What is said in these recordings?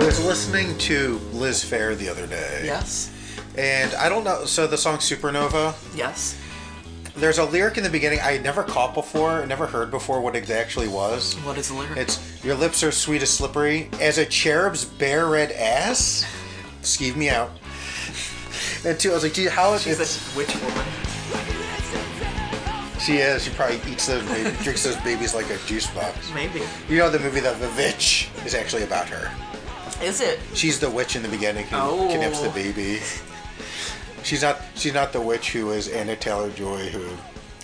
listening to Liz Fair the other day. Yes. And I don't know. So the song Supernova, Yes. there's a lyric in the beginning I had never caught before, never heard before what it actually was. What is the lyric? It's your lips are sweet as slippery as a cherub's bare red ass. Skeeve me out. And two, I was like, gee, how is She's it's- a witch woman. she is? She probably eats those, baby, drinks those babies like a juice box. Maybe. You know the movie that The Witch is actually about her. Is it? She's the witch in the beginning who Oh. kidnaps the baby. She's not. She's not the witch who is Anna Taylor Joy. Who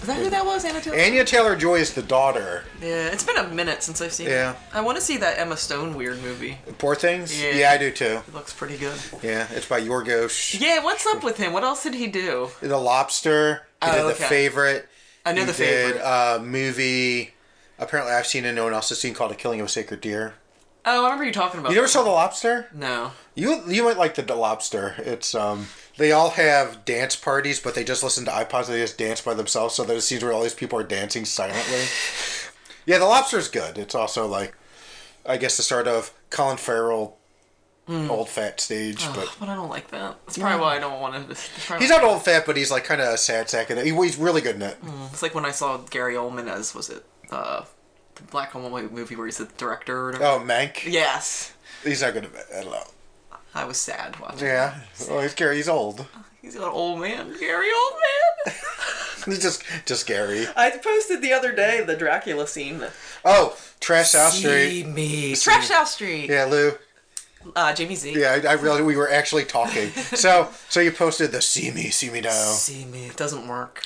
Is that who that was, Anna Taylor? Anna Taylor Joy is the daughter. yeah, it's been a minute since I've seen Yeah. it. I want to see that Emma Stone weird movie. Poor things. Yeah. yeah, I do too. It looks pretty good. Yeah, it's by Yorgos. Yeah, what's up with him? What else did he do? The Lobster. He Oh, did okay. The Favorite. I know he the did favorite. a movie. Apparently, I've seen and no one else has seen called "The Killing of a Sacred Deer." oh, I remember you talking about. You never that. saw The Lobster? No. You you might like The Lobster. It's um they all have dance parties, but they just listen to iPods. and They just dance by themselves. So there's scenes where all these people are dancing silently. yeah, The Lobster's good. It's also like, I guess the start of Colin Farrell, old fat stage, but But I don't like that. That's probably why I don't want to. that's probably He's why- not old fat, but he's like kind of a sad sack. And he, he's really good in it. It's like when I saw Gary Oldman as was it uh, the black Hole movie where he's the director or whatever. Oh, Mank. Yes, He's not good at it. I don't know. I was sad watching. Yeah. Well, he's Gary. He's old. He's an old man, Gary Oldman. He's just just Gary. I posted the other day the Dracula scene. Oh, Trash South See Street. me. Trash House Street. Yeah, Lou. Uh, Jamie Z. Yeah, I, I realized we were actually talking. So, so you posted the "See me, see me now." See me. It doesn't work.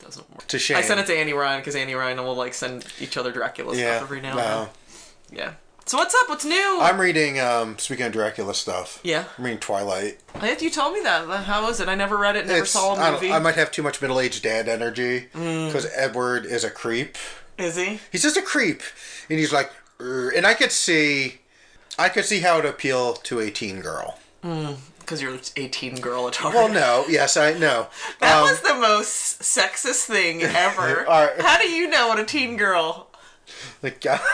Doesn't work. It's a shame. I sent it to Annie Ryan because Annie Ryan will like send each other Dracula yeah. stuff every now and no. then. Yeah. So what's up? What's new? I'm reading. Um, speaking of Dracula stuff. Yeah. I'm reading Twilight. I think you told me that. How was it? I never read it. Never It's- I saw a don't- movie. Mm. I, might have too much middle-aged dad energy because Edward is a creep. Is he? He's just a creep, and he's like, "Er," and I could see, I could see how it would appeal to a teen girl. Because you're an 18 girl at heart. Well, no, yes, I know. That Um, was the most sexist thing ever. All right. How do you know what a teen girl? like,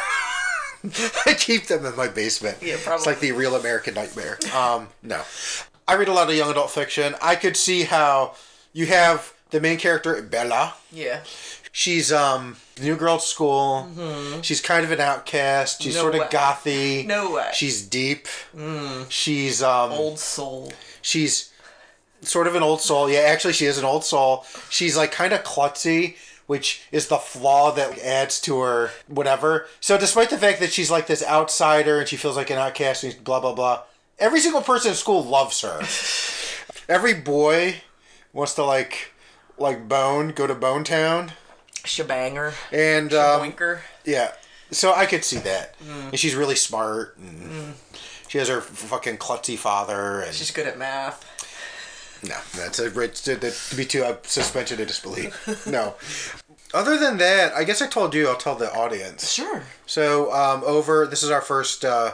I keep them in my basement. Yeah, It's like probably. the real American nightmare. Um, no, I read a lot of young adult fiction. I could see how you have the main character Bella. Yeah. She's um the new girl at school. She's kind of an outcast. She's Mm-hmm. No sort of way. gothy. No way. Mm. She's deep. She's um Old soul. she's sort of an old soul. Yeah, actually, she is an old soul. She's like kind of klutzy, which is the flaw that adds to her whatever. So, despite the fact that she's like this outsider and she feels like an outcast and blah blah blah, every single person in school loves her. every boy wants to like like bone, go to Bone Town, Shebanger. and um, Winker. yeah. So I could see that, and she's really smart, and she has her fucking klutzy father, and She's good at math. no, that's a rich to, to be too uh, suspension of disbelief. No. Other than that, I guess I told you. I'll tell the audience. Sure. So um, over. This is our first uh,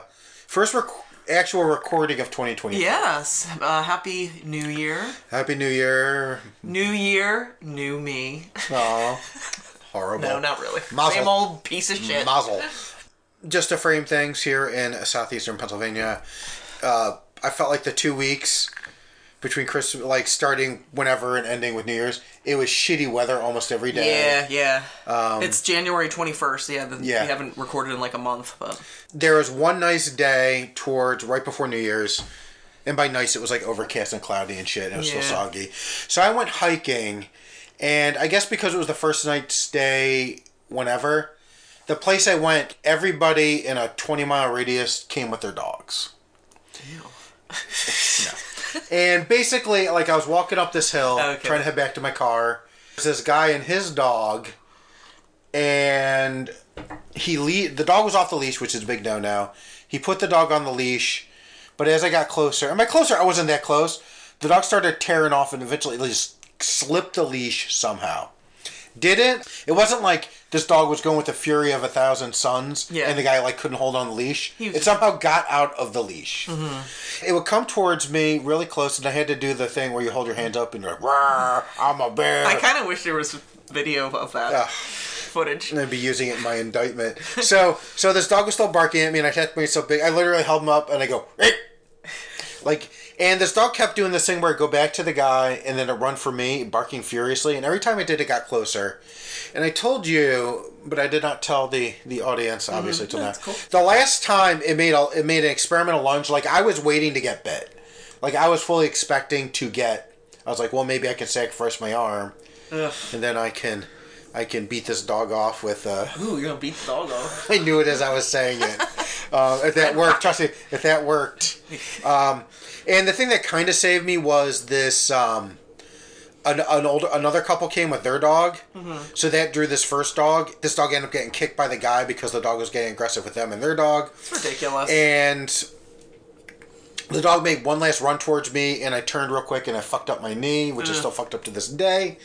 first rec- actual recording of 2020. Yes. Uh, happy New Year. Happy New Year. New Year, new me. Aw. Horrible. No, not really. Mazel. Same old piece of shit. Mazel. Just to frame things here in southeastern Pennsylvania, uh, I felt like the two weeks between Christmas, like starting whenever and ending with New Year's, it was shitty weather almost every day. Yeah, yeah. it's January 21st. Yeah, the, Um, Yeah. Uh, we haven't recorded in like a month, but there was one nice day towards right before New Year's, and by nice it was like overcast and cloudy and shit, and it was still Yeah. soggy. So I went hiking, and I guess because it was the first night's day, whenever, the place I went, everybody in a twenty mile radius came with their dogs. no. And basically, like I was walking up this hill, Okay. trying to head back to my car. There's this guy and his dog, and he le- the dog was off the leash, which is a big no no. He put the dog on the leash, but as I got closer, am I closer? I wasn't that close. The dog started tearing off and eventually just slipped the leash somehow. Didn't it wasn't like this dog was going with the fury of a thousand suns, Yeah. and the guy like couldn't hold on the leash. He was- Mm-hmm. It somehow got out of the leash. It would come towards me really close, and I had to do the thing where you hold your hands up and you're like, "Rawr, "I'm a bear." I kind of wish there was video of that uh, footage. and I'd be using it in my indictment. So, so this dog was still barking at me, and I kept myself big. I literally held him up, and I go, "Hey!" Like, and this dog kept doing this thing where it go back to the guy and then it run for me, barking furiously. And every time it did, it got closer. And I told you, but I did not tell the the audience obviously till now. Mm-hmm. that's cool. The last time it made a, it made an experimental lunge. Like I was waiting to get bit. Like I was fully expecting to get. I was like, well, maybe I can sacrifice my arm Ugh. and then I can I can beat this dog off with. Uh, Ooh, you're gonna beat the dog off. I knew it as I was saying it. Uh, if that worked, trust me, if that worked. Um, and the thing that kind of saved me was this. Um, an, an older another couple came with their dog, so that drew this first dog. This dog ended up getting kicked by the guy because the dog was getting aggressive with them and their dog. It's ridiculous. And the dog made one last run towards me, and I turned real quick and I fucked up my knee, which is still fucked up to this day.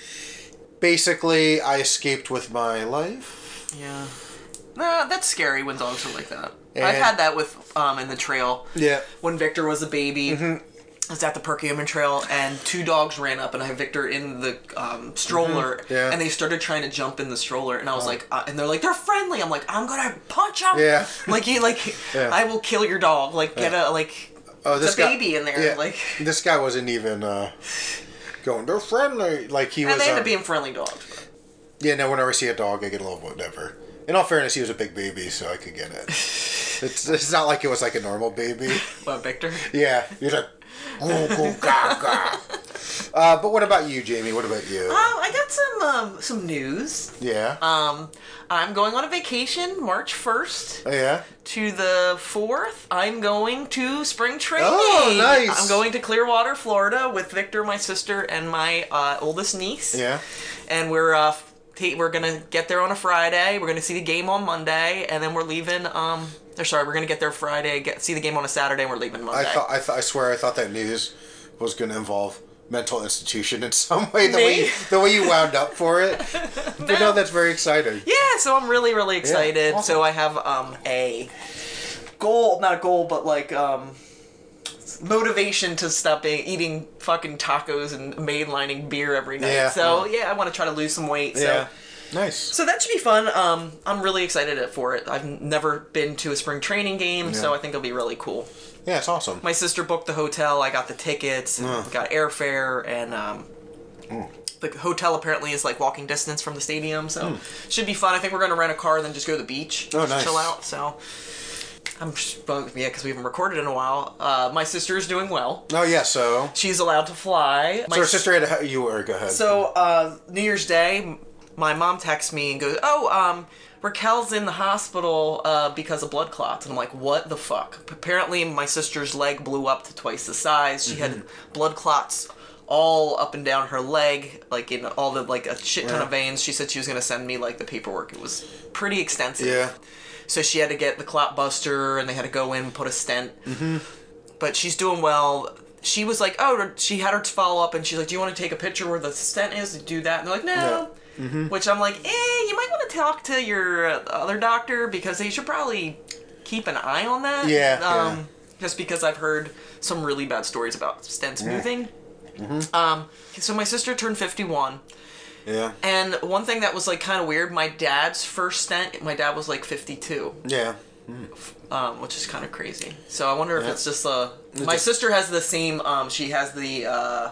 Basically, I escaped with my life. yeah. Nah, that's scary when dogs are like that. I've And- had that with um in the trail. Yeah. When Victor was a baby. Mm-hmm. I was at the Perkiomen Trail and two dogs ran up and I had Victor in the um, stroller Mm-hmm. Yeah. Oh. and they started trying to jump in the stroller and I was like uh, and they're like they're friendly I'm like I'm gonna punch him Yeah. like he like Yeah. I will kill your dog like get a like Oh, the this guy- baby in there yeah, like this guy wasn't even uh, going. They're friendly. Like he and was. they end uh, up being friendly dogs yeah. No. Whenever I see a dog, I get a little whatever. In all fairness, he was a big baby, so I could get it. it's, it's not like it was like a normal baby. but Victor Yeah. You're like. "Goo, goo, ga, ga." Uh, but what about you, Jamie? What about you? um, I got some um, some news yeah. Um, I'm going on a vacation March 1st Oh, yeah. to the 4th. I'm going to spring training. Oh, nice. I'm going to Clearwater, Florida with Victor, my sister, and my uh, oldest niece. Yeah. And we're uh, ta- we're going to get there on a Friday. We're going to see the game on Monday, and then we're leaving. Um, or sorry, we're going to get there Friday, get see the game on a Saturday, and we're leaving Monday. I thought. I thought. I swear. I thought that news was going to involve mental institution in some way. The way Me? you, the way you wound up for it. But no, that's very exciting. Yeah, so I'm really, really excited. awesome. So I have um a goal, not a goal, but like um motivation to stop being, eating fucking tacos and mainlining beer every night. Yeah. So yeah, I want to try to lose some weight. So. Yeah. Nice. So that should be fun. Um, I'm really excited for it. I've never been to a spring training game, so I think it'll be really cool. Yeah, it's awesome. My sister booked the hotel. I got the tickets, and got airfare, and um, Hmm. the hotel apparently is like walking distance from the stadium, so should be fun. I think we're gonna rent a car and then just go to the beach, Hmm. Oh, just nice. chill out. So I'm just bummed, yeah, because we haven't recorded in a while. Uh, my sister is doing well. Oh yeah, so She's allowed to fly. My so her sister had a, you were go ahead. so uh, New Year's Day, m- my mom texts me and goes, "Oh, um, Raquel's in the hospital uh, because of blood clots," and I'm like, "What the fuck?" Apparently, my sister's leg blew up to twice the size. She had blood clots all up and down her leg, like in all the like a shit ton of veins. She said she was gonna send me like the paperwork. It was pretty extensive. yeah, So she had to get the clot buster, and they had to go in and put a stent. Mm-hmm. But she's doing well. She was like, oh, she had her follow up, and she's like, do you want to take a picture where the stent is and do that? And they're like, no. Which I'm like, eh, you might want to talk to your uh, other doctor because they should probably keep an eye on that. Yeah, Um, yeah. Just because I've heard some really bad stories about stents moving. Mm-hmm. Um, so my sister turned 51. yeah, And one thing that was like kind of weird, my dad's first stent, my dad was like 52 yeah. um, which is kind of crazy. So I wonder if it's just uh, my just- sister has the same. Um, she has the uh,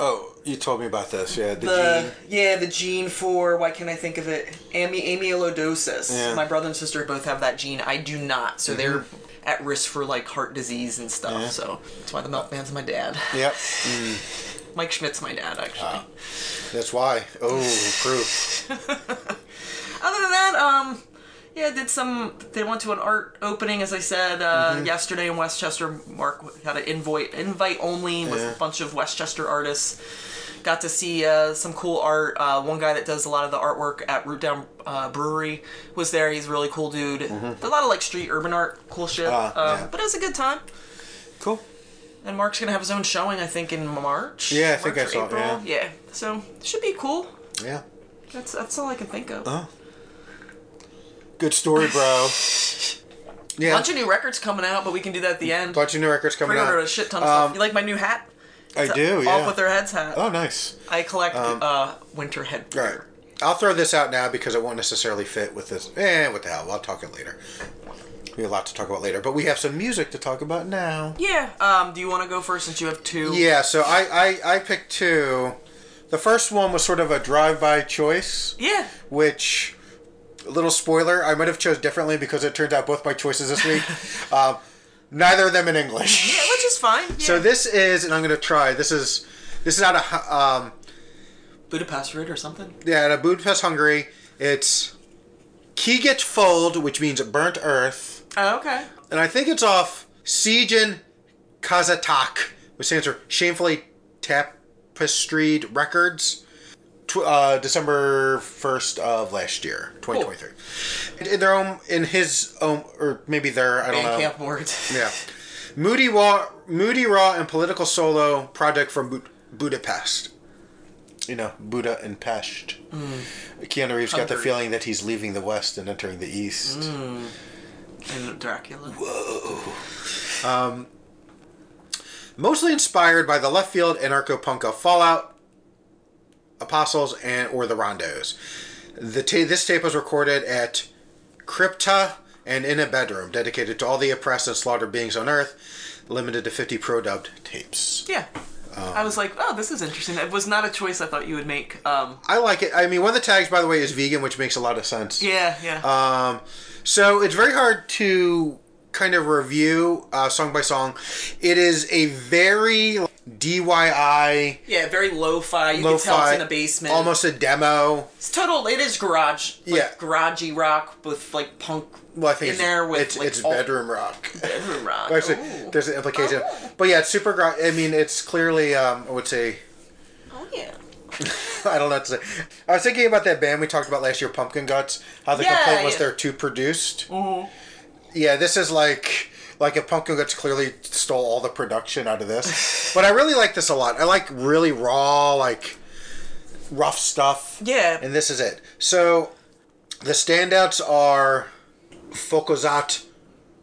Oh, you told me about this. Yeah, the, the gene. yeah the gene for why can't I think of it? Amy amyloidosis. Yeah. Mm-hmm. My brother and sister both have that gene. I do not, so they're at risk for like heart disease and stuff. So that's why the milkman's my dad. Yep, Mm, Mike Schmidt's my dad actually. that's why. Oh, proof. Other than that, um. Yeah, I did some. They went to an art opening, as I said uh, Mm-hmm. yesterday in Westchester. Mark had an invite, invite only with Yeah. a bunch of Westchester artists. Got to see uh, some cool art. Uh, one guy that does a lot of the artwork at Root Down uh, Brewery was there. He's a really cool dude. A lot of like street urban art, cool shit. Mm-hmm. Ah, um, yeah. But it was a good time. Cool. And Mark's gonna have his own showing, I think, in March. Yeah, I think March I or saw it, April. Yeah. so should be cool. Yeah, Uh-huh. That's that's all I can think Uh, of. good story, bro. Yeah, bunch of new records coming out, but we can do that at the end. bunch of new records coming pre-ordered out. a shit ton of Um, stuff. You like my new hat? I It's a do. Yeah. Off with their heads hat. oh, nice. I collect uh, winter head All gear. right. I'll throw this out now because it won't necessarily fit with this. Eh, what the hell? I'll talk it later. We have a lot to talk about later, but we have some music to talk about now. Yeah. Um, do you want to go first since you have two? Yeah, so I, I, I picked two. The first one was sort of a drive-by choice, Yeah. which, little spoiler, I might have chose differently because it turns out both my choices this week, um, neither of them in English. Yeah, which is fine. Yeah. So this is, and I'm going to try. This is, this is out of Hu- um, Budapest route or something. yeah, out of Budapest, Hungary. It's Kiget Fold, which means burnt earth, Oh, okay. and I think it's off Sijin Kazatak, which stands for Shamefully Tapestried Records. Tw- uh, December first of last year, twenty twenty three. In their own, in his own, or maybe their, I don't know. Bandcamp words. Yeah. Moody Raw, Moody Raw and Political Solo project from Bu- Budapest. You know, Buddha and Pest. Keanu Reeves got the Hungary. feeling that he's leaving the West and entering the East. And Dracula. Mostly inspired by the left field anarcho punk of Fallout, Apostles, and or the Rondos. The ta- this tape was recorded at Crypta and in a bedroom dedicated to all the oppressed and slaughtered beings on Earth, limited to 50 pro dubbed tapes. Yeah. I Um. was like, oh, this is interesting. It was not a choice I thought you would make. Um, I like it. I mean, one of the tags, by the way, is vegan, which makes a lot of sense. yeah, yeah. Um, so it's very hard to kind of review uh, song by song. It is a very DIY, yeah, very lo-fi. You lo can tell fi, it's in a basement. almost a demo. It's total. It is garage. Like, Yeah. Garagey rock with like punk Well, I think in it's, there with it's, like it's alt bedroom rock. bedroom rock. Actually, Ooh. there's an implication, but yeah, it's super. Gro- I mean, it's clearly. Um, I would say. Oh yeah. I don't know what to say. I was thinking about that band we talked about last year, Pumpkin Guts. How the Yeah, complaint was yeah. Mm-hmm. they're too produced. Yeah, this is like like if Pumpkin Guts clearly stole all the production out of this. but I really like this a lot. I like really raw, like rough stuff. Yeah. And this is it. So the standouts are Fokozat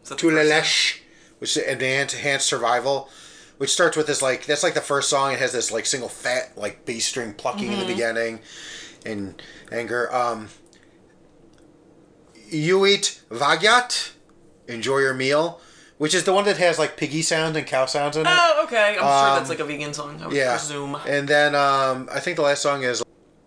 Is that the first one? Tulelesh, which is Advanced Enhanced Survival, which starts with this like that's like the first song. It has this like single fat like bass string plucking in the beginning, and anger. Um, Uit Vagyat, enjoy your meal, which is the one that has like piggy sounds and cow sounds in it. Oh, okay. I'm sure that's like a vegan song. I would Um, yeah. presume. And then um, I think the last song is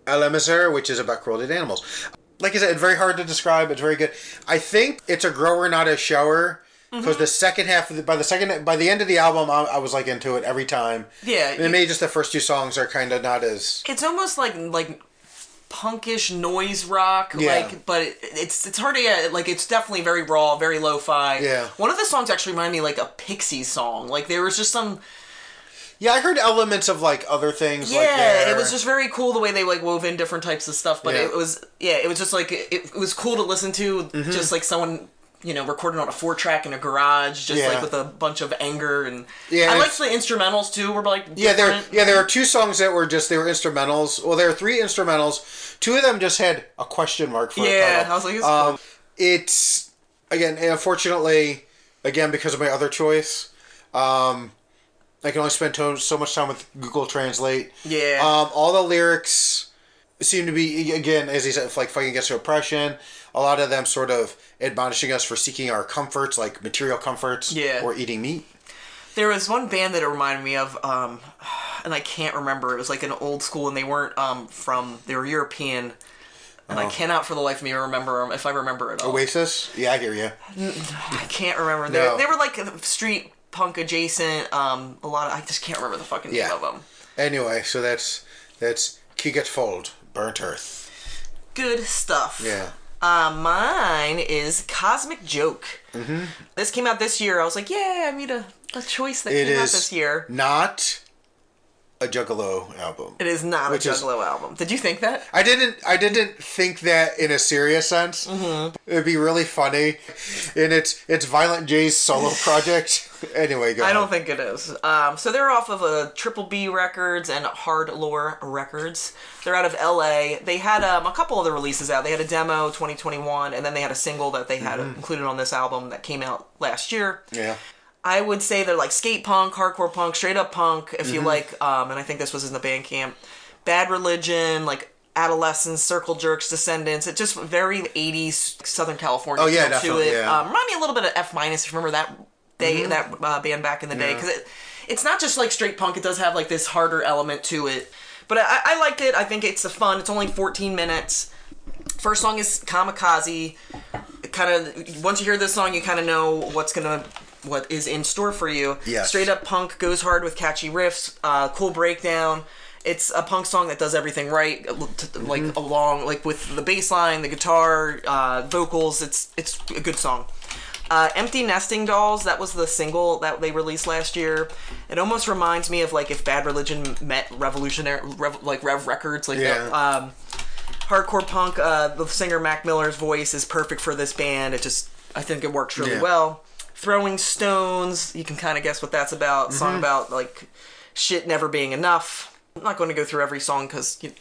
Elemiser, which is about cruelty to animals. Like I said, it's very hard to describe. It's very good. I think it's a grower, not a shower. Mm-hmm. Because the second half, of the, by the second, by the end of the album, I, I was like into it every time. Yeah, and you- maybe just the first two songs are kind of not as It's almost like like punkish noise rock. Yeah. Like, but it, it's it's hard to get. Like, it's definitely very raw, very lo-fi. Yeah. One of the songs actually reminded me like a Pixie song. Like there was just some. yeah. I heard elements of like other things. like Yeah, there. it was just very cool the way they like wove in different types of stuff. But Yeah. it was yeah, it was just like it, it was cool to listen to, Mm-hmm. just like someone you know recording on a four track in a garage, just Yeah. like with a bunch of anger and Yeah, I and liked the instrumentals too. Were like yeah. There different. yeah there were two songs that were just they were instrumentals. Well, there were three instrumentals. Two of them just had a question mark for a yeah. title. I was like, it's Um, it's again, and unfortunately, again because of my other choice, um, I can only spend to- so much time with Google Translate. Yeah. Um, all the lyrics seem to be again, as he said, like fighting against oppression. A lot of them sort of admonishing us for seeking our comforts, like material comforts, Yeah. or eating meat. There was one band that it reminded me of, um, and I can't remember. It was like an old school, and they weren't um, from. They were European, and I Oh. cannot for the life of me remember 'em- if I remember at all. Oasis, yeah, I hear you. I can't remember. They, No. they were like street punk adjacent. Um, a lot of I just can't remember the fucking Yeah. name of them. Anyway, so that's that's Kiget Fold, Burnt Earth. Good stuff. Yeah. Uh, mine is Cosmic Joke. Mm-hmm. This came out this year. I was like, yeah, I made a, a choice that It came out is this year. not a Juggalo album. It is not a Which is- Juggalo album. Did you think that? I didn't. I didn't think that in a serious sense. Mm-hmm. It'd be really funny, and it's it's Violent J's solo project. anyway, go. I don't on. think it is. Um, so they're off of a Triple B Records and Hard Lore Records. They're out of LA. They had um, a couple other releases out. They had a demo 2021, and then they had a single that they had included on this album that came out last year. Yeah. I would say they're like skate punk, hardcore Mm-hmm. punk, straight up punk, if you like. Um, and I think this was in the band camp. Bad Religion, like adolescents, circle jerks, descendants. It just very 80s Southern California Oh, yeah, feel definitely, to it. yeah. Mm-hmm. Um, remind me a little bit of F minus if you remember that day that uh, band back in the day because it, it's not just like straight punk. It does have like this harder element to it. But I, I liked it. I think it's a fun. It's only 14 minutes. First song is Kamikaze. Kind of once you hear this song, you kind of know what's gonna what is in store for you. Yes. Straight up punk goes hard with catchy riffs, uh, cool breakdown. It's a punk song that does everything right, uh, Mm-hmm. like along like with the bass line, the guitar, uh, vocals. It's it's a good song. Uh, Empty Nesting Dolls, that was the single that they released last year. It almost reminds me of like if Bad Religion met Revolutionary, Rev, like Rev Records, like Yeah. the, um, hardcore punk. Uh, the singer Mac Miller's voice is perfect for this band. It just, I think it works really Yeah. well. Throwing Stones, you can kind of guess what that's about. Mm-hmm. Song about like shit never being enough. I'm not going to go through every song because you.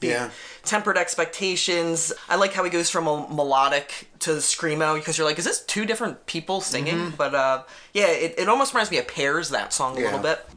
Yeah. Tempered expectations. I like how he goes from a melodic to screamo because you're like, is this two different people singing? Mm-hmm. But uh, yeah, it, it almost reminds me of Pears that song a little Yeah. bit.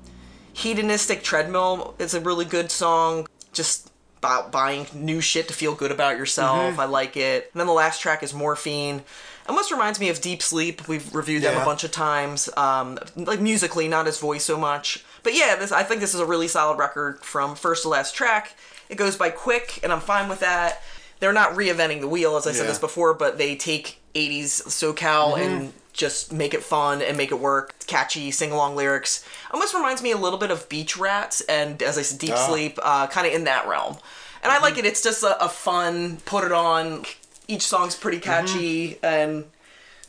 Hedonistic Treadmill is a really good song. Just about buying new shit to feel good about yourself. Mm-hmm. I like it. And then the last track is Morphine. Almost reminds me of Deep Sleep. We've reviewed them Yeah. a bunch of times. Um, like musically, not his voice so much. But yeah, this I think this is a really solid record from first to last track. It goes by quick, and I'm fine with that. They're not reinventing the wheel, as I said Yeah. Mm-hmm. this before, but they take 80s SoCal and just make it fun and make it work. Catchy sing along lyrics. Almost reminds me a little bit of Beach Rats and, as I said, Deep Ah. Mm-hmm. Sleep, uh, kind of in that realm. And I like it. It's just a, a fun, put it on. Each song's pretty Mm-hmm. catchy, and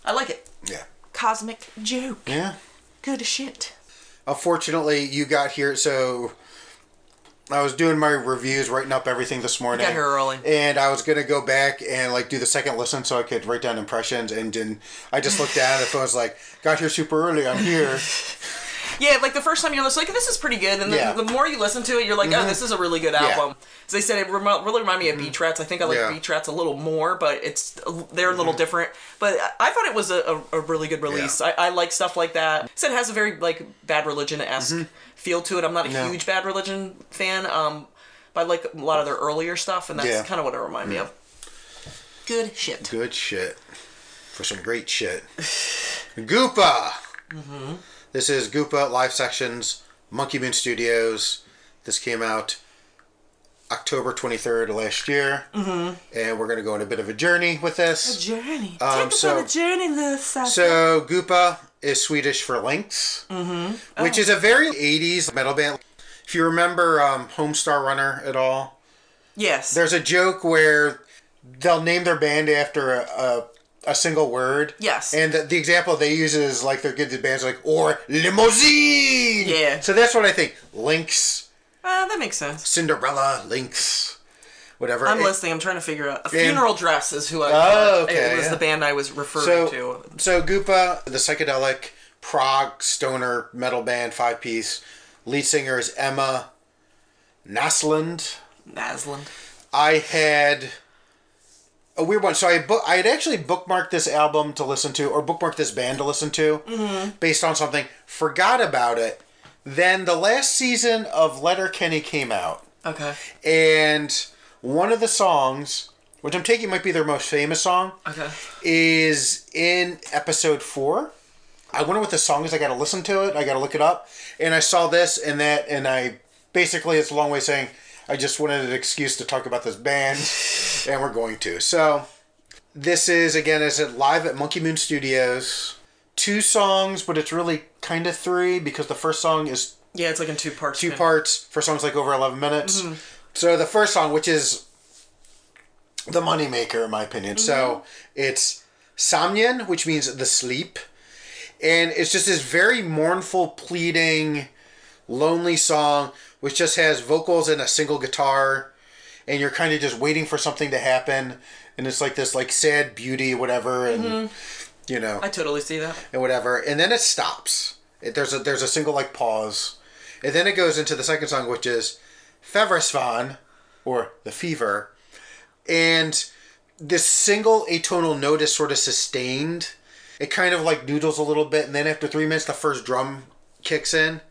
I like it. Yeah. Cosmic Joke. Yeah. Good as shit. Unfortunately, you got here, so I was doing my reviews, writing up everything this morning. got here early. and I was gonna go back and like do the second listen so I could write down impressions, and then I just looked down and the phone's like, "Got here super early. I'm here." Yeah, like the first time you're listening, like, this is pretty good. And then Yeah. Mm-hmm. the more you listen to it, you're like, oh, this is a really good album. As I said, it remo- really reminded me of Beach Rats. I think I like Yeah. Mm-hmm. Beach Rats a little more, but it's they're a little different. But I- I thought it was a, a, a really good release. I, I like stuff like that. So it has a very like Bad Religion esque Mm-hmm. feel to it. I'm not a No. huge Bad Religion fan, um, but I like a lot of their earlier stuff, and that's Yeah. kind of what it reminded me of. Good shit. Good shit for some great shit. Goopa. Mm-hmm. This is Goopa Live Sections, Monkey Moon Studios. This came out October 23rd of last year, mm-hmm. and we're gonna go on a bit of a journey with this. Journey. Um, Take us so- on a journey, little side. So Goopa is Swedish for lynx, mm-hmm. which is a very '80s metal band. If you remember um, Homestar Runner at all, yes. there's a joke where they'll name their band after a, a, a single word. Yes. And the, the example they use is like they're good. The bands like or limousine. Yeah. So that's what I think. Lynx, Uh, that makes sense. Cinderella, Lynx, whatever. I'm It- listening. I'm trying to figure out. A funeral dress is who I. Oh, okay, It was yeah. the band I was referring So, to. so Goopa, the psychedelic prog stoner metal band, five piece. Lead singer is Emma Naslund. Nasland. I had a weird one. So I book, I had actually bookmarked this album to listen to, or bookmarked this band to listen to, based on something. Forgot about it. Then the last season of Letter Kenny came out, Okay. and one of the songs, which I'm taking might be their most famous song, Okay. is in episode four. I wonder what the song is. I got to listen to it. I got to look it up. And I saw this and that, and I basically it's a long way saying I just wanted an excuse to talk about this band, and we're going to. So this is again is it live at Monkey Moon Studios. Two songs, but it's really kind of three because the first song is Yeah, it's like in two parts. two man. parts. First song's like over eleven minutes. So the first song, which is the moneymaker, in my opinion. So it's Samyen, which means the sleep. And it's just this very mournful, pleading, lonely song, which just has vocals and a single guitar, and you're kind of just waiting for something to happen. And it's like this like sad beauty, whatever, and you know I totally see that. and whatever, and then it stops. It, there's a there's a single like pause, and then it goes into the second song, which is Feversvan, or the fever, and this single atonal note is sort of sustained. It kind of like noodles a little bit, and then after three minutes, the first drum kicks in,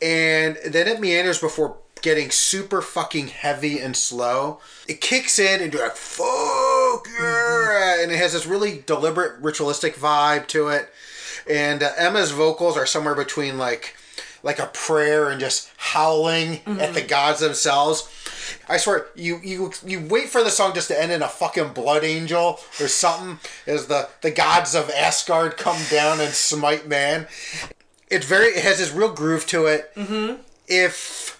and then it meanders before getting super fucking heavy and slow. It kicks in and you're like, fuck yeah! And it has this really deliberate ritualistic vibe to it. And uh, Emma's vocals are somewhere between like like a prayer and just howling at Mm-hmm. the gods themselves. I swear, you you you wait for the song just to end in a fucking blood angel or something as the the gods of Asgard come down and smite man. It's very it has this real groove to it. Mm-hmm. If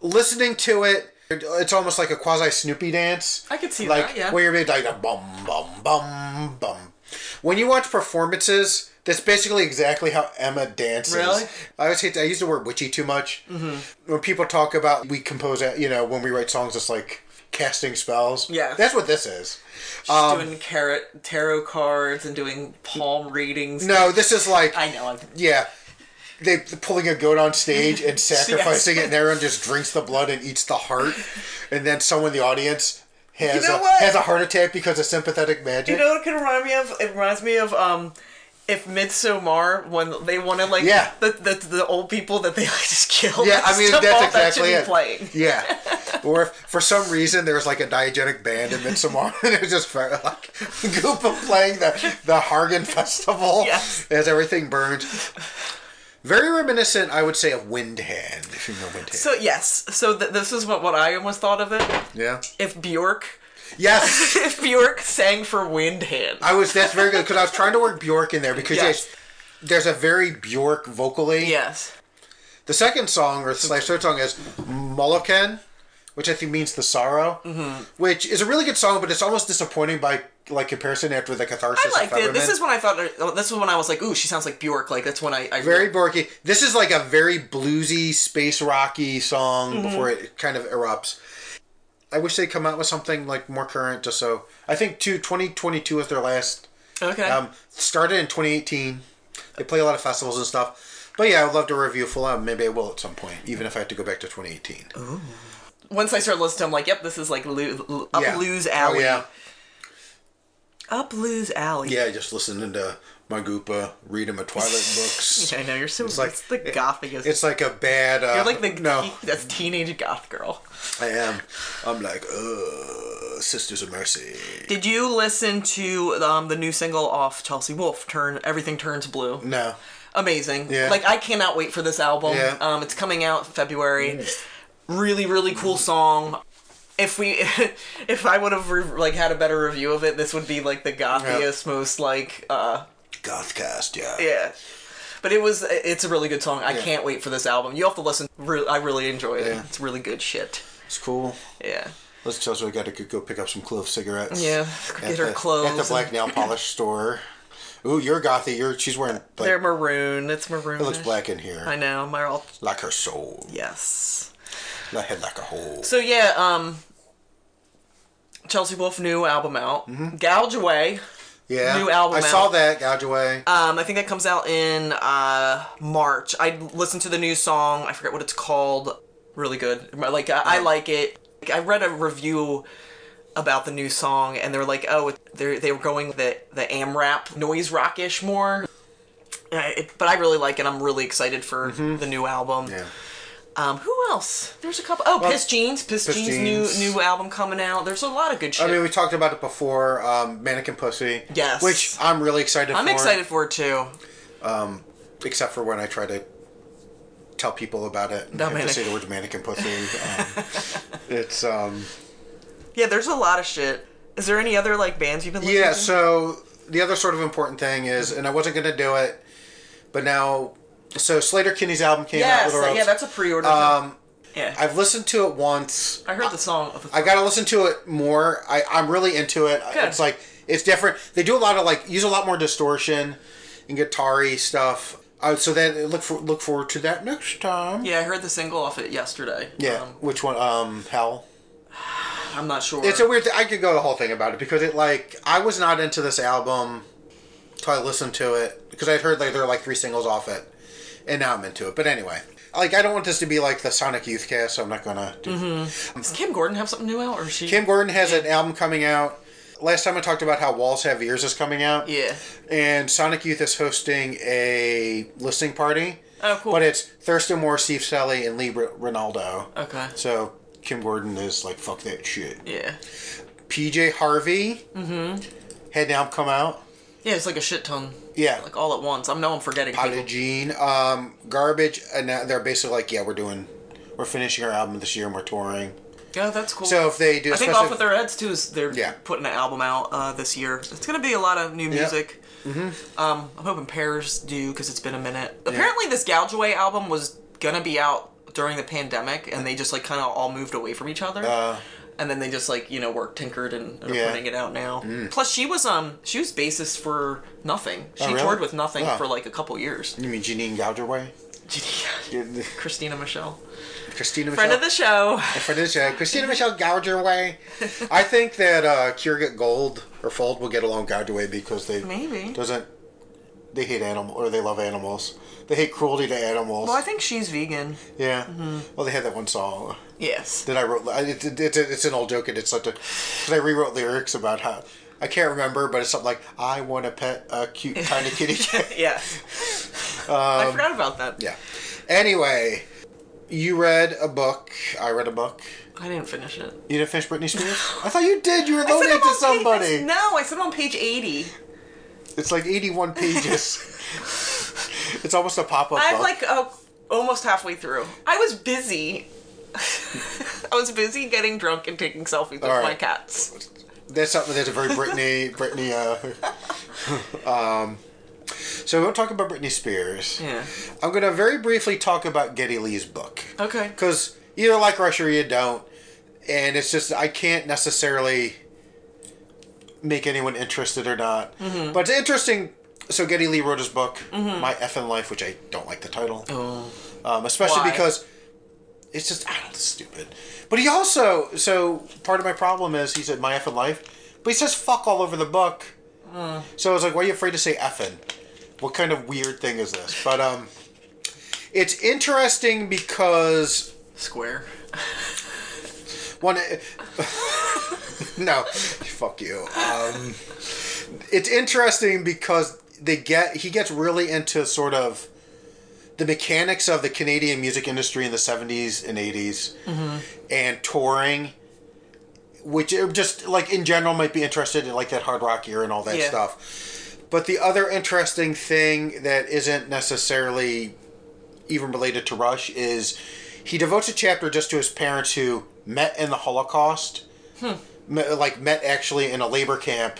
listening to it, it's almost like a quasi Snoopy dance. I could see like, that, yeah. Where you're being like a bum bum bum bum. When you watch performances, that's basically exactly how Emma dances. Really? I always hate. To, I use the word witchy too much. Mm-hmm. When people talk about we compose, you know, when we write songs, it's like casting spells. Yeah. that's what this is. She's doing carrot tarot cards and doing palm readings. No, this is like I know. I've, yeah. They they're pulling a goat on stage and sacrificing it, and everyone just drinks the blood and eats the heart, and then someone in the audience has You know a, what? has a heart attack because of sympathetic magic. you know what it can remind me of? It reminds me of um, if Midsommar when they wanted like Yeah. the, the the old people that they like just killed. yeah, I mean stuff that's off, that should exactly be it. Playing. Yeah, or if for some reason there was like a diegetic band in Midsommar, and it was just very, like Goopa playing the the Hargan Festival Yes. as everything burns. Very reminiscent, I would say, of Windhand. If you know Windhand, So yes, so th- this is what what I almost thought of it. yeah, If Bjork, yes. if Bjork sang for Windhand, I was that's very good because I was trying to work Bjork in there because Yes. there's, there's a very Bjork vocally. yes, The second song or slash third song is Moloken, which I think means the sorrow, mm-hmm. which is a really good song, but it's almost disappointing by like comparison after the catharsis. I liked of it. This Featherman. is when I thought. uh, This is when I was like, ooh, she sounds like Bjork. Like that's when I, I very Bjorky. This is like a very bluesy, space rocky song Mm-hmm. before it kind of erupts. I wish they'd come out with something like more current, just so I think too. Twenty twenty two is their last okay. Um, started in 2018. They play a lot of festivals and stuff. But yeah, I'd love to review full album. Maybe I will at some point, even if I have to go back to 2018. Once I started listening, to it, I'm like, yep, this is like Lou, Lou- up Yeah. Lou's Oh, alley. yeah. Up Lou's alley. Yeah, just listening to my Goopa, reading my Twilight books. I know you're so. It's like- the gothicest. It's like a bad. Uh, you're like the no, that's teenage goth girl. I am. I'm like, uh, Sisters of Mercy. Did you listen to um, the new single off Chelsea Wolf? Turn everything turns blue. No, Amazing. Yeah. Like I cannot wait for this album. Yeah. Um, it's coming out February. Really, really cool song. If we, if I would have re- like had a better review of it, this would be like the gothiest, most like uh, Gothcast. Yeah. yeah. But it was, it's a really good song. I can't wait for this album. You have to listen. Re- I really enjoy it. Yeah. It's really good shit. it's cool. Yeah. Let's tell us we got to go pick up some Cliff cigarettes. Yeah, At get her the- clothes at the black and- nail polish store. Ooh, you're gothy. You're she's wearing. Like, They're maroon. It's maroon. It looks black in here. I know. My all. Like her soul. Yes. Like head like a hole. So yeah, um Chelsea Wolf new album out. Gouge Away. Yeah. new album I saw out. that, Gouge Away. Um, I think that comes out in uh March. I listened to the new song. I forget what it's called. Really good. Like I, I like it. I read a review about the new song and they're like, "Oh, they they were going the the AMRAP noise rockish more." Uh, it- but I really like it. I'm really excited for the new album. Mm-hmm. yeah. Um, who else? There's a couple. Oh, Piss Jeans. Piss, Piss Jeans, Jeans. new new album coming out. There's a lot of good shit. I mean, we talked about it before, um, Mannequin Pussy. Yes. Which I'm really excited I'm for. excited for it too. Except for when I try to tell people about it and The have to say mannequin. the word Mannequin Pussy. Um, it's, um... Yeah, there's a lot of shit. Is there any other like bands you've been listening Yeah, to? so the other sort of important thing is, and I wasn't going to do it, but now... So Slater Kinney's album came out yes, uh, with a yeah, that's a pre-order. Um, yeah, I've listened to it once. I heard the song. Of the, I gotta listen to it more. I, I'm really into it. Good. It's like it's different. They do a lot of like use a lot more distortion and guitar-y stuff. Uh, so then look for look forward to that next time. yeah, I heard the single off it yesterday. Yeah. um, Which one? Um, Hell. I'm not sure. It's a weird. thing. I could go the whole thing about it because it like I was not into this album till I listened to it because I'd heard like there were like three singles off it, and now I'm into it. But anyway, like I don't want this to be like the Sonic Youth cast, so I'm not gonna do Does Kim Gordon have something new out, or is she? Kim Gordon has an album coming out. Last time I talked about how Walls Have Ears is coming out. Yeah. And Sonic Youth is hosting a listening party Oh, cool. But it's Thurston Moore, Steve Sally, and Lee R- Ronaldo. Okay. So Kim Gordon is like, fuck that shit. Yeah. PJ Harvey. Mm-hmm. Head Now Come Out. Yeah, it's like a shit ton. Yeah. Like all at once. I know I'm forgetting Billie people. Jean, um, Garbage, and now they're basically like, yeah, we're doing, we're finishing our album this year and we're touring. Yeah, that's cool. So if they do, I think especially- Off With Their Heads, too, is they're Yeah. putting an album out uh, this year. It's going to be a lot of new music. Mm-hmm. Um, I'm hoping Pairs do because it's been a minute. Apparently, this Galjaway album was going to be out during the pandemic, and they just like kind of all moved away from each other. Uh. and then they just like you know work tinkered and are Yeah. putting it out now. Plus, she was um she was bassist for Nothing. She really? toured with Nothing Wow. for like a couple years. you mean Janine Gougerway? Christina Michelle, Christina friend Michelle. of the show. for this show, Christina Michelle Gougerway. I think that uh, Kierkegaard Gold or Fold will get along Gougerway because they Maybe. doesn't they hate animal or they love animals. They hate cruelty to animals. Well, I think she's vegan. yeah. Mm-hmm. Well, they had that one song Yes. that I wrote. I- It's it's, it's an old joke and it's such a because I rewrote lyrics about how. I can't remember, but it's something like "I want to pet a cute tiny kitty cat." yes. I forgot about that. Um, yeah. Anyway, you read a book. I read a book. I didn't finish it. You didn't finish Britney Spears? I thought you did. You were I said loaning I'm it to on page- somebody. no, I said I'm on page 80. It's like 81 pages. it's almost a pop up I'm book. like uh, almost halfway through. I was busy. I was busy getting drunk and taking selfies with All my right. cats. That's something that's a very Britney. Britney. Uh, um, so we won't talk about Britney Spears. Yeah. I'm going to very briefly talk about Getty Lee's book. Okay. Because either like Rush or you don't. And it's just, I can't necessarily make anyone interested or not. Mm-hmm. But it's interesting. So Getty Lee wrote his book, My Effin' Life, which I don't like the title. Oh. um, especially Why? because it's just I don't know, it's stupid. But he also so part of my problem is he said my effing life, but he says fuck all over the book. Uh. So I was like, why are you afraid to say effing? What kind of weird thing is this? But um, it's interesting because Square. one no fuck you um, it's interesting because they get he gets really into sort of the mechanics of the canadian music industry in the 70s and 80s and touring which are just like in general might be interested in like that hard rock era and all that Yeah. stuff but the other interesting thing that isn't necessarily even related to Rush is he devotes a chapter just to his parents who met in the Holocaust, Me- like met actually in a labor camp,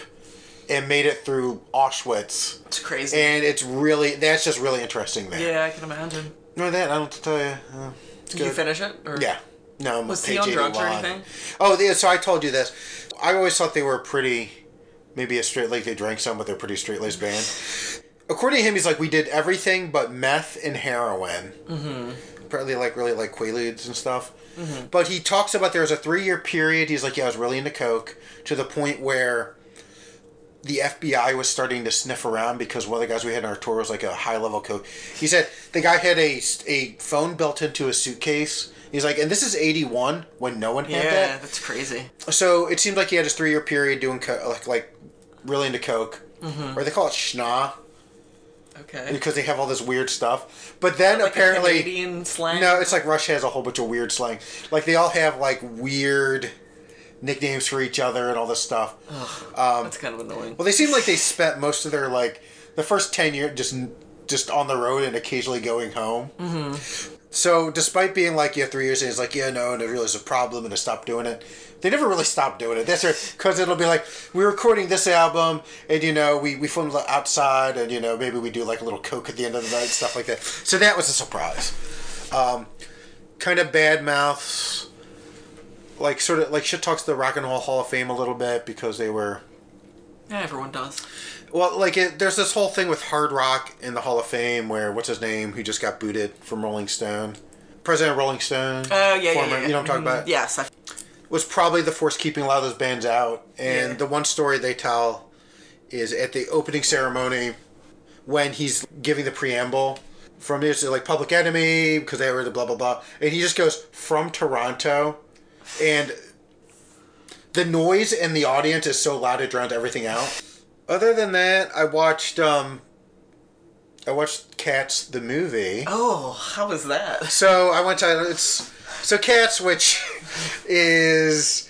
and made it through Auschwitz. It's crazy. And it's really that's just really interesting there. yeah, I can imagine. No, that I don't have to tell you. Uh, it's Did you good. finish it? Or? Yeah. No, I'm Was page he on drugs or 81. anything? Oh, yeah, so I told you this. I always thought they were pretty, maybe a straight like they drank some, but they're pretty straight laced band. According to him, he's like we did everything but meth and heroin. Mm-hmm. Apparently, like really like quaaludes and stuff. Mm-hmm. But he talks about there was a three year period. He's like, yeah, I was really into coke to the point where the FBI was starting to sniff around because one of the guys we had in our tour was like a high level coke. He said the guy had a, a phone built into his suitcase. He's like, and this is 81 when no one had Yeah, that. that's crazy. So it seems like he had his three year period doing co- like like really into coke, Mm-hmm. or they call it schna Okay. because they have all this weird stuff. But then Like a apparently, Canadian slang. no, it's like Russia has a whole bunch of weird slang. Like they all have like weird nicknames for each other and all this stuff. that's kind of annoying. um, Well, they seem like they spent most of their like the first ten years just just on the road and occasionally going home. Mm-hmm. So, despite being like yeah, three years, and it's like yeah, no, and it really is a problem, and I stopped doing it. They never really stopped doing it. That's because it'll be like we're recording this album, and you know we we filmed it outside, and you know maybe we do like a little coke at the end of the night, stuff like that. So that was a surprise. Um, kind of bad mouths, like sort of like shit talks the Rock and Roll Hall of Fame a little bit because they were yeah, everyone does. well, like it, there's this whole thing with Hard Rock in the Hall of Fame, where what's his name, who just got booted from Rolling Stone, president of Rolling Stone. Oh, yeah, yeah, former- yeah, yeah. You know what I'm talking Mhm. about? Yes. I, Was probably the force keeping a lot of those bands out. And Yeah. the one story they tell is at the opening ceremony when he's giving the preamble from it's like Public Enemy because they were the blah blah blah, and he just goes from Toronto, and the noise in the audience is so loud it drowns everything out. Other than that, I watched um, I watched Cats the movie. Oh, how was that? So I went to it's so Cats, which is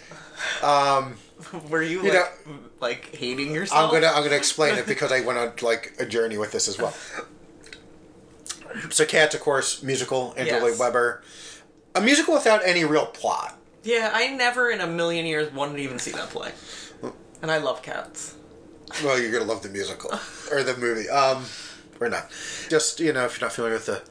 um, Were you, You like, like hating yourself? I'm gonna I'm gonna explain it because I went on like a journey with this as well. So Cats, of course, musical Andrew Yes. Lloyd Webber, a musical without any real plot. Yeah, I never in a million years wanted to even see that play. And I love cats. Well, you're gonna love the musical or the movie. Um, or not. Just you know, if you're not familiar with the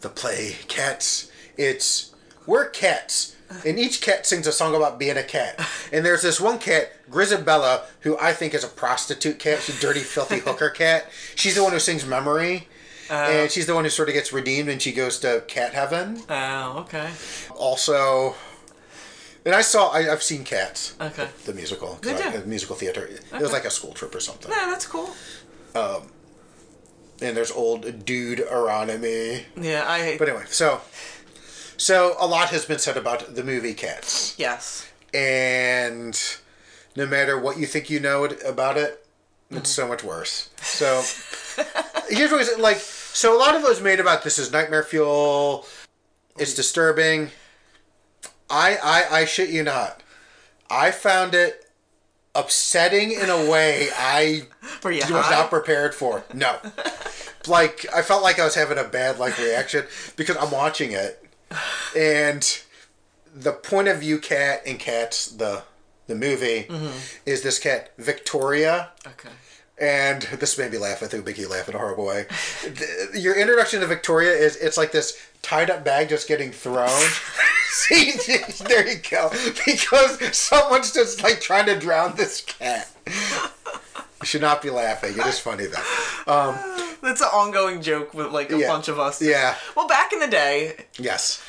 the play Cats, it's we're cats, and each cat sings a song about being a cat. And there's this one cat, Grisabella, who I think is a prostitute cat. She's a dirty, filthy hooker cat. She's the one who sings Memory. Uh. and she's the one who sort of gets redeemed and she goes to cat heaven. Oh, okay. Also, and I saw, I, I've seen Cats, Okay. the musical, Uh. Did ya? the musical theater. It was like a school trip or something. Yeah, that's cool. and there's old dude aronomy. Yeah, I. But anyway, so so a lot has been said about the movie Cats, yes. and no matter what you think you know it- about it, it's so much worse. So here's what it's like. So a lot of those made about this is nightmare fuel. It's disturbing. I I I shit you not. I found it upsetting in a way I Were you was high? not prepared for. No. like I felt like I was having a bad like reaction because I'm watching it and the point of view cat in cats the the movie is this cat Victoria Okay. and this made me laugh. I think make you laugh in a horrible way. Th- Your introduction to Victoria is it's like this tied up bag just getting thrown. See, there you go. Because someone's just like trying to drown this cat. You should not be laughing. It is funny though. That's an ongoing joke with like a Yeah. bunch of us. Yeah. Well, back in the day, Yes.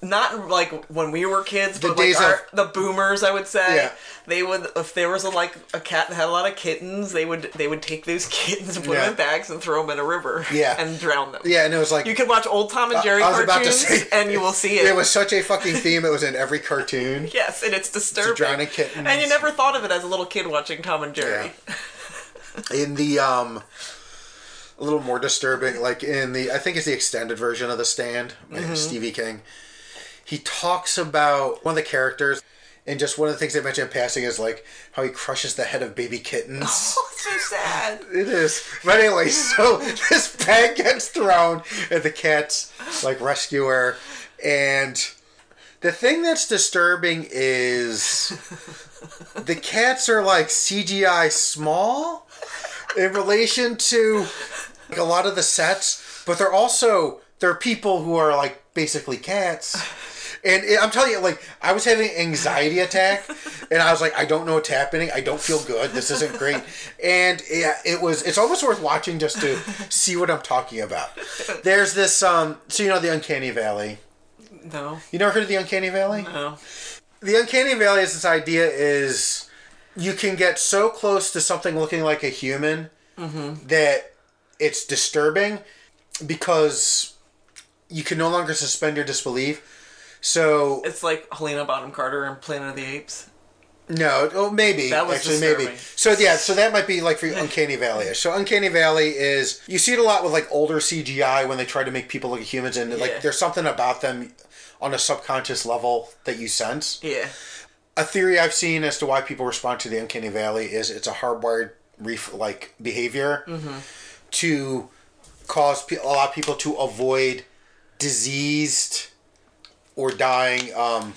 not like when we were kids, The but days like our, of- the boomers, I would say. Yeah. They would, if there was a, like a cat that had a lot of kittens, they would they would take those kittens and put Yeah. them in bags and throw them in a river. Yeah. And drown them. Yeah, and it was like You can watch old Tom and Jerry Uh, I was about to cartoons, say- and you will see it. it was such a fucking theme. It was in every cartoon. Yes, and it's disturbing. drowning kittens. And you never thought of it as a little kid watching Tom and Jerry. in the um a little more disturbing like in the i think it's the extended version of the stand like stevie king he talks about one of the characters and just one of the things they mention in passing is like how he crushes the head of baby kittens Oh, it's so sad. it is but anyway so this bag gets thrown at the cat's like rescuer and the thing that's disturbing is the cats are like CGI small in relation to like, a lot of the sets, but they're also they're people who are like basically cats. And it, I'm telling you, like I was having anxiety attack, and I was like, I don't know what's happening. I don't feel good. This isn't great. And yeah, it was. It's almost worth watching just to see what I'm talking about. There's this. um So you know the Uncanny Valley. No, You never heard of the Uncanny Valley? no. the uncanny valley is this idea is you can get so close to something looking like a human Mm-hmm. that it's disturbing because you can no longer suspend your disbelief so It's like Helena Bonham Carter and Planet of the Apes. no oh maybe That was actually maybe so disturbing. yeah so that might be like for you, uncanny valley so uncanny valley is you see it a lot with like older cgi when they try to make people look like humans and Yeah. like there's something about them on a subconscious level that you sense Yeah. a theory I've seen as to why people respond to the uncanny valley is it's a hardwired ref- like behavior to cause pe- a lot of people to avoid diseased or dying um,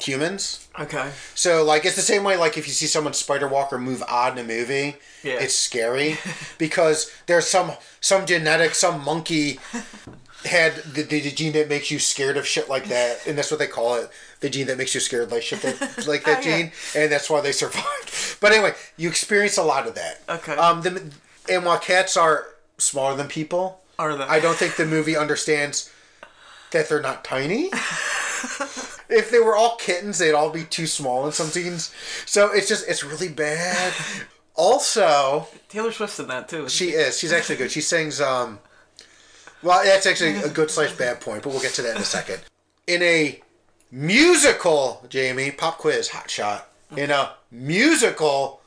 humans. Okay. So like it's the same way like if you see someone spider walk or move odd in a movie, Yeah. it's scary because there's some some genetic some monkey had the, the, the gene that makes you scared of shit like that, and that's what they call it the gene that makes you scared like shit that, like that Oh, yeah. gene, and that's why they survived. But anyway, you experience a lot of that. Okay. Um, the, and while cats are smaller than people, Are they? I don't think the movie understands that they're not tiny. if they were all kittens, they'd all be too small in some scenes. So it's just it's really bad. Also, Taylor Swift's in that too. she is. She's actually good. She sings. um Well, that's actually a good slash bad point, but we'll get to that in a second. In a musical, Jamie, pop quiz, hot shot. in a musical,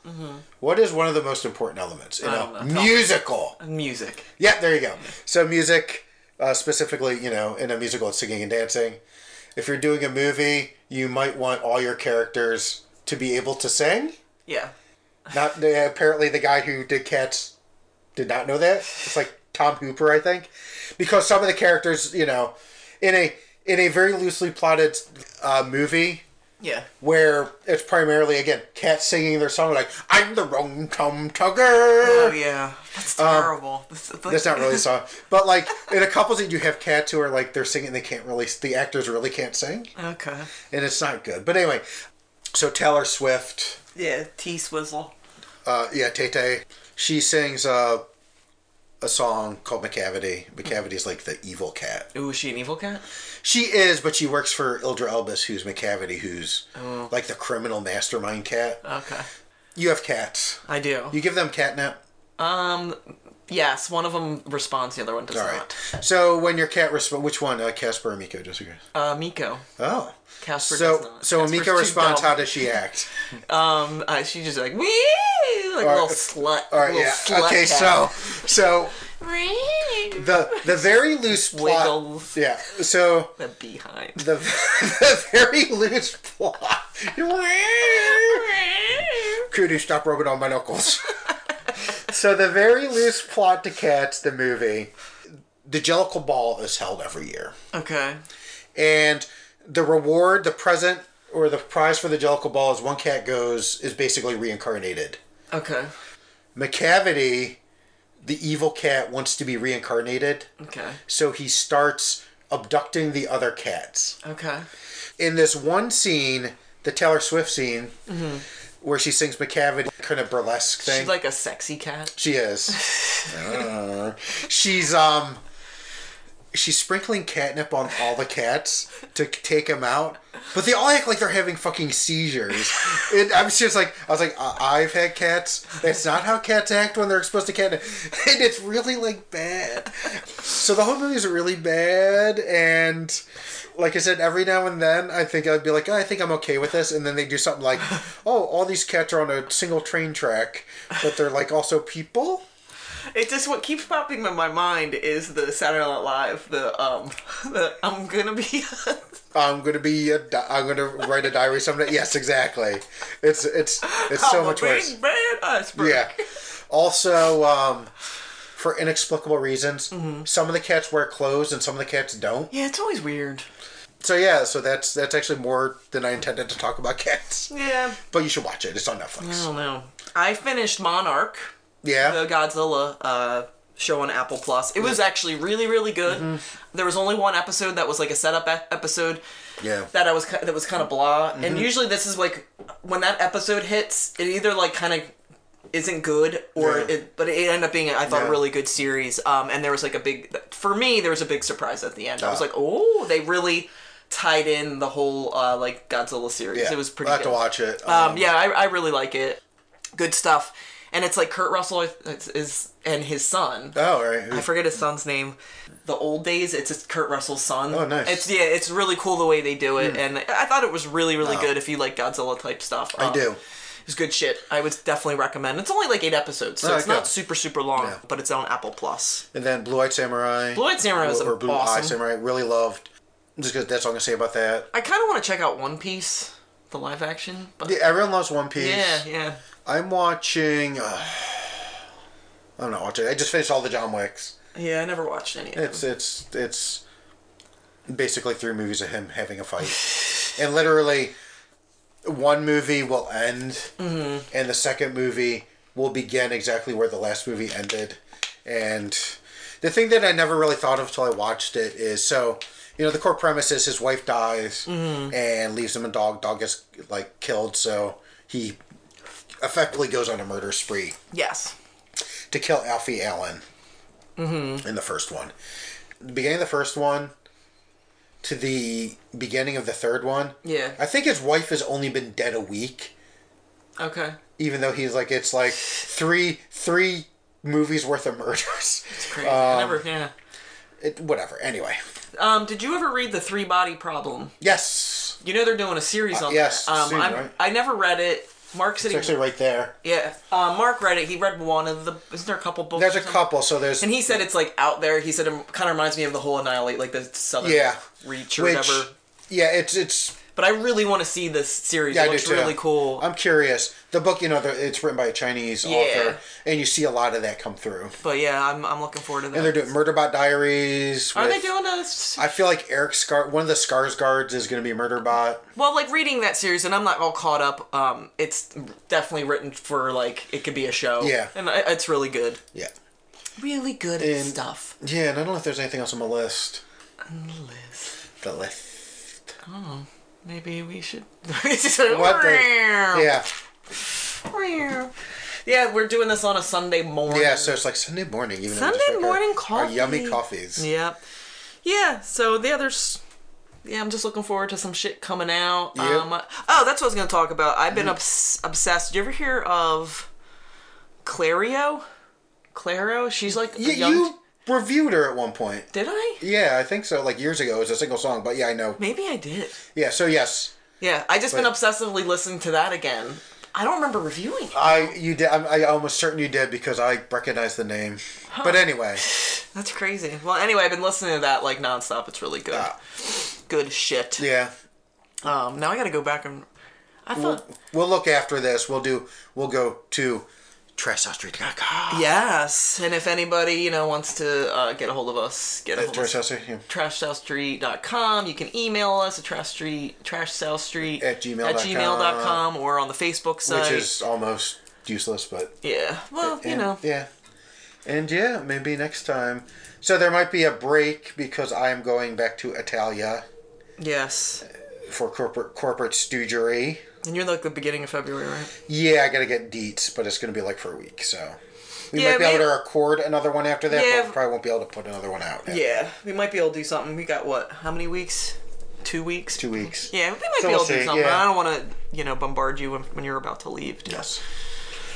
what is one of the most important elements in Mm-hmm. I don't a know. Tell me. musical? Music. Yeah, there you go. So music, uh, specifically, you know, in a musical, it's singing and dancing. If you're doing a movie, you might want all your characters to be able to sing. Yeah. Not the, apparently the guy who did Cats did not know that. It's like Tom Hooper, I think, because some of the characters, you know, in a in a very loosely plotted uh, movie Uh, Yeah. where it's primarily again cats singing their song like I'm the wrong tum tugger. Oh yeah. That's uh, terrible. that's, it's like- That's not really a song, but like in a couple that you have cats who are like they're singing, they can't really, the actors really can't sing, Okay. and it's not good. But anyway, so Taylor Swift, Yeah. T Swizzle. uh, yeah, Tay Tay, she sings uh, a song called McCavity. McCavity is like the evil cat. Ooh, is she an evil cat? She is, but she works for Ildra Elbus, who's McCavity, who's like the criminal mastermind cat. Okay. You have cats. I do. You give them catnip. Um. Yes, one of them responds. The other one does All right. not. So when your cat responds, which one? Uh, Casper or Miko? Just Uh, Miko. Oh. Casper so does not. so when Casper's Miko too responds, dumb. how does she act? Um, uh, she's just like, wee, like a little slut. All right, little yeah. Slut okay, cat. so so Wee. the the very loose plot. Wiggles. Yeah. So the behind. the the very loose plot. Cootie, stop rubbing on my knuckles. so the very loose plot to Cats, the movie, the Jellicle Ball is held every year. Okay. and the reward, the present or the prize for the Jellicle Ball is one cat goes is basically reincarnated. Okay. McCavity, the evil cat, wants to be reincarnated, Okay. so he starts abducting the other cats. Okay. In this one scene, the Taylor Swift scene, where she sings McCavity kind of burlesque thing. She's like a sexy cat. She is. Uh, she's um. She's sprinkling catnip on all the cats to take them out, but they all act like they're having fucking seizures. And I was just like, I was like, I- I've had cats. That's not how cats act when they're exposed to catnip, and it's really like bad. So the whole movie is really bad, and like I said, every now and then I think I'd be like, oh, I think I'm okay with this, and then they do something like, oh, all these cats are on a single train track, but they're like also people. It just what keeps popping in my mind is the Saturday Night Live. The um, the I'm gonna be. I'm gonna be a, di- I'm gonna write a diary someday. Yes, exactly. It's it's it's so I'm a much worse. Big bad iceberg. Yeah. Also, um, for inexplicable reasons, Mm-hmm. some of the cats wear clothes and some of the cats don't. Yeah, it's always weird. So yeah, so that's that's actually more than I intended to talk about cats. Yeah. But you should watch it. It's on I Netflix. don't know. I finished Monarch. Yeah. the Godzilla uh, show on Apple Plus. It was actually really, really good. Mm-hmm. There was only one episode that was like a setup ep- episode. Yeah. That I was ki- that was kind of blah. Mm-hmm. And usually this is like when that episode hits, it either like kind of isn't good or Yeah. it but it ended up being I thought Yeah. a really good series um and there was like a big for me there was a big surprise at the end I was Ah. like oh they really tied in the whole uh like Godzilla series yeah. it was pretty I'll have good to watch it. um, yeah, I, I really like it. Good stuff. And it's like Kurt Russell is, is and his son. Oh, all right. Who- I forget his son's name. The old days, it's just Kurt Russell's son. Oh, nice. Hmm. It's yeah, it's really cool the way they do it, and I thought it was really, really good. If you like Godzilla type stuff, I do. It's good shit. I would definitely recommend. It's only like eight episodes, so Oh, it's okay. not super, super long, Yeah. but it's on Apple Plus. And then Blue Eyed Samurai. Blue Eyed Samurai is or Blue Eye awesome. Samurai. Really loved. Just because that's all I'm gonna say about that. I kind of want to check out One Piece, the live action, but Yeah, everyone loves One Piece. yeah, yeah. I'm watching. Uh, I'm not watching. I just finished all the John Wicks. Yeah, I never watched any. of them. It's it's it's basically three movies of him having a fight, and literally one movie will end, and the second movie will begin exactly where the last movie ended. And the thing that I never really thought of till I watched it is so. You know the core premise is his wife dies and leaves him a dog. Dog gets like killed, so he effectively goes on a murder spree Yes. to kill Alfie Allen Mm-hmm. in the first one. The beginning of the first one to the beginning of the third one. Yeah. I think his wife has only been dead a week, Okay. even though he's like it's like three three movies worth of murders. Crazy. Um, I never. Yeah. It, whatever. Anyway, Um, did you ever read The Three Body Problem? yes, You know they're doing a series on Uh, yes, that. Um, soon, I'm- right? I never read it. Mark said It's he, actually right there. yeah. Uh, Mark read it. He read one of the. Isn't there a couple books? There's or a something? couple, so there's And he said it's like out there. He said it kind of reminds me of the whole annihilate, like the southern Yeah. reach or which whatever. yeah, it's it's But I really want to see this series. yeah, it I do looks too. Uh, really cool. I'm curious. The book, you know, the, it's written by a Chinese Yeah. author, and you see a lot of that come through. but yeah, I'm, I'm looking forward to that. And they're doing Murderbot Diaries. Are with- they doing a? s- I feel like Eric Scar, one of the Scars guards, is going to be Murderbot. Well, like reading that series, and I'm not all caught up. Um, it's definitely written for like it could be a show. Yeah. and I, it's really good. Yeah, Really good And- stuff. yeah, and I don't know if there's anything else on my list. Liz, The list. maybe we should. What the? Yeah, Yeah, we're doing this on a Sunday morning. yeah. So it's like Sunday morning, even though we Sunday just drank our- morning our yummy coffee. coffees. Yep. Yeah. So the others. Yeah, I'm just looking forward to some shit coming out. Yeah. Um, oh, that's what I was gonna talk about. I've Mm-hmm. been obs- obsessed. Did you ever hear of Clario? Claro? She's like a Yeah, young. you reviewed her at one point. Did I? Yeah, I think so. Like years ago, it was a single song, but yeah, I know. Maybe I did. Yeah, so yes, Yeah, I just been But- obsessively listening to that again. I don't remember reviewing it. I you did. I'm, I almost certain you did because I recognize the name. But anyway, That's crazy. Well, anyway, I've been listening to that like nonstop. It's really good. Good shit. yeah, Um, now I gotta go back and. I thought. we'll look after this. We'll do. We'll go to trashsouthstreet.com. Yes, and if anybody you know wants to uh, get a hold of us, get a hold of us. Yeah. TrashSouthStreet.com. You can email us at trash street, trash south street At gmail at dot gmail.com or on the Facebook site. Which is almost useless, but yeah, well, you and- know, yeah, and yeah, maybe next time. So there might be a break because I am going back to Italia yes. for corporate corporate stoogery. And you're like the beginning of February, right? Yeah, I gotta get deets, but it's gonna be like for a week, so we Yeah, might be we- able to record another one after that, Yeah. but we probably won't be able to put another one out. in Yeah, we might be able to do something. We got what? How many weeks? Two weeks. Two weeks. Yeah, we might So be able we'll to do see, something. yeah. I don't want to, you know, bombard you when, when you're about to leave. dude. Yes.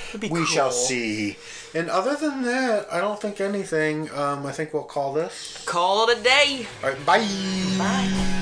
It'd be We cool. shall see. And other than that, I don't think anything. Um, I think we'll call this. Call it a day. All right, bye. Bye.